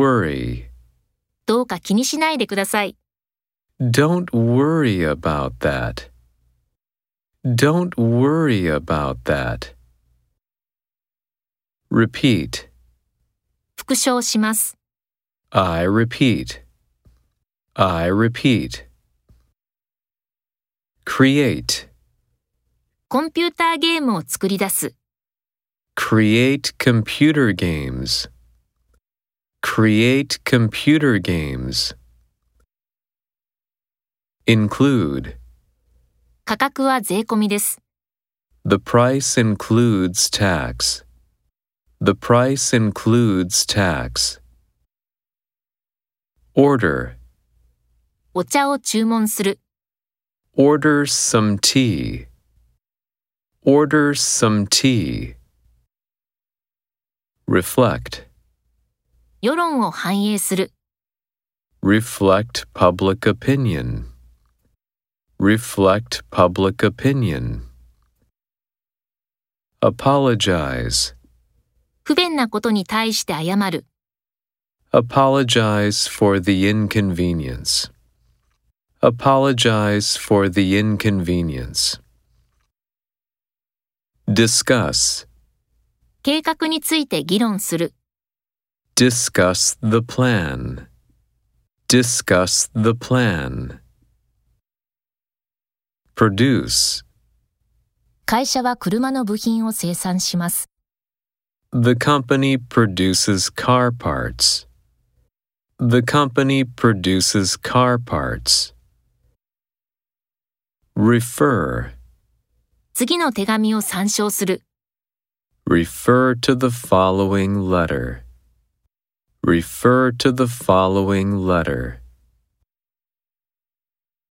worry. どうか気にしないでください。 Don't worry about that. Don't worry about that. Repeat. 復唱します。 I repeat. I repeat. Create. コンピューターゲームを作り出す。 Create computer games. Create computer games. Include. 価格は税込みです。 The price includes tax. The price includes tax. Order. お茶を注文する。 Order some tea. Order some tea. Reflect. 世論を反映する。 Reflect public opinion. Reflect public opinion. Apologize. 不便なことに対して謝る。 Apologize for the inconvenience. Apologize for the inconvenience. Discuss. 計画について議論する。 Discuss the plan. Discuss the plan. Produce. 会社は車の部品を生産します。 The company produces car parts. The company produces car parts. Refer. 次の手紙を参照する。 Refer to the following letter. Refer to the following letter.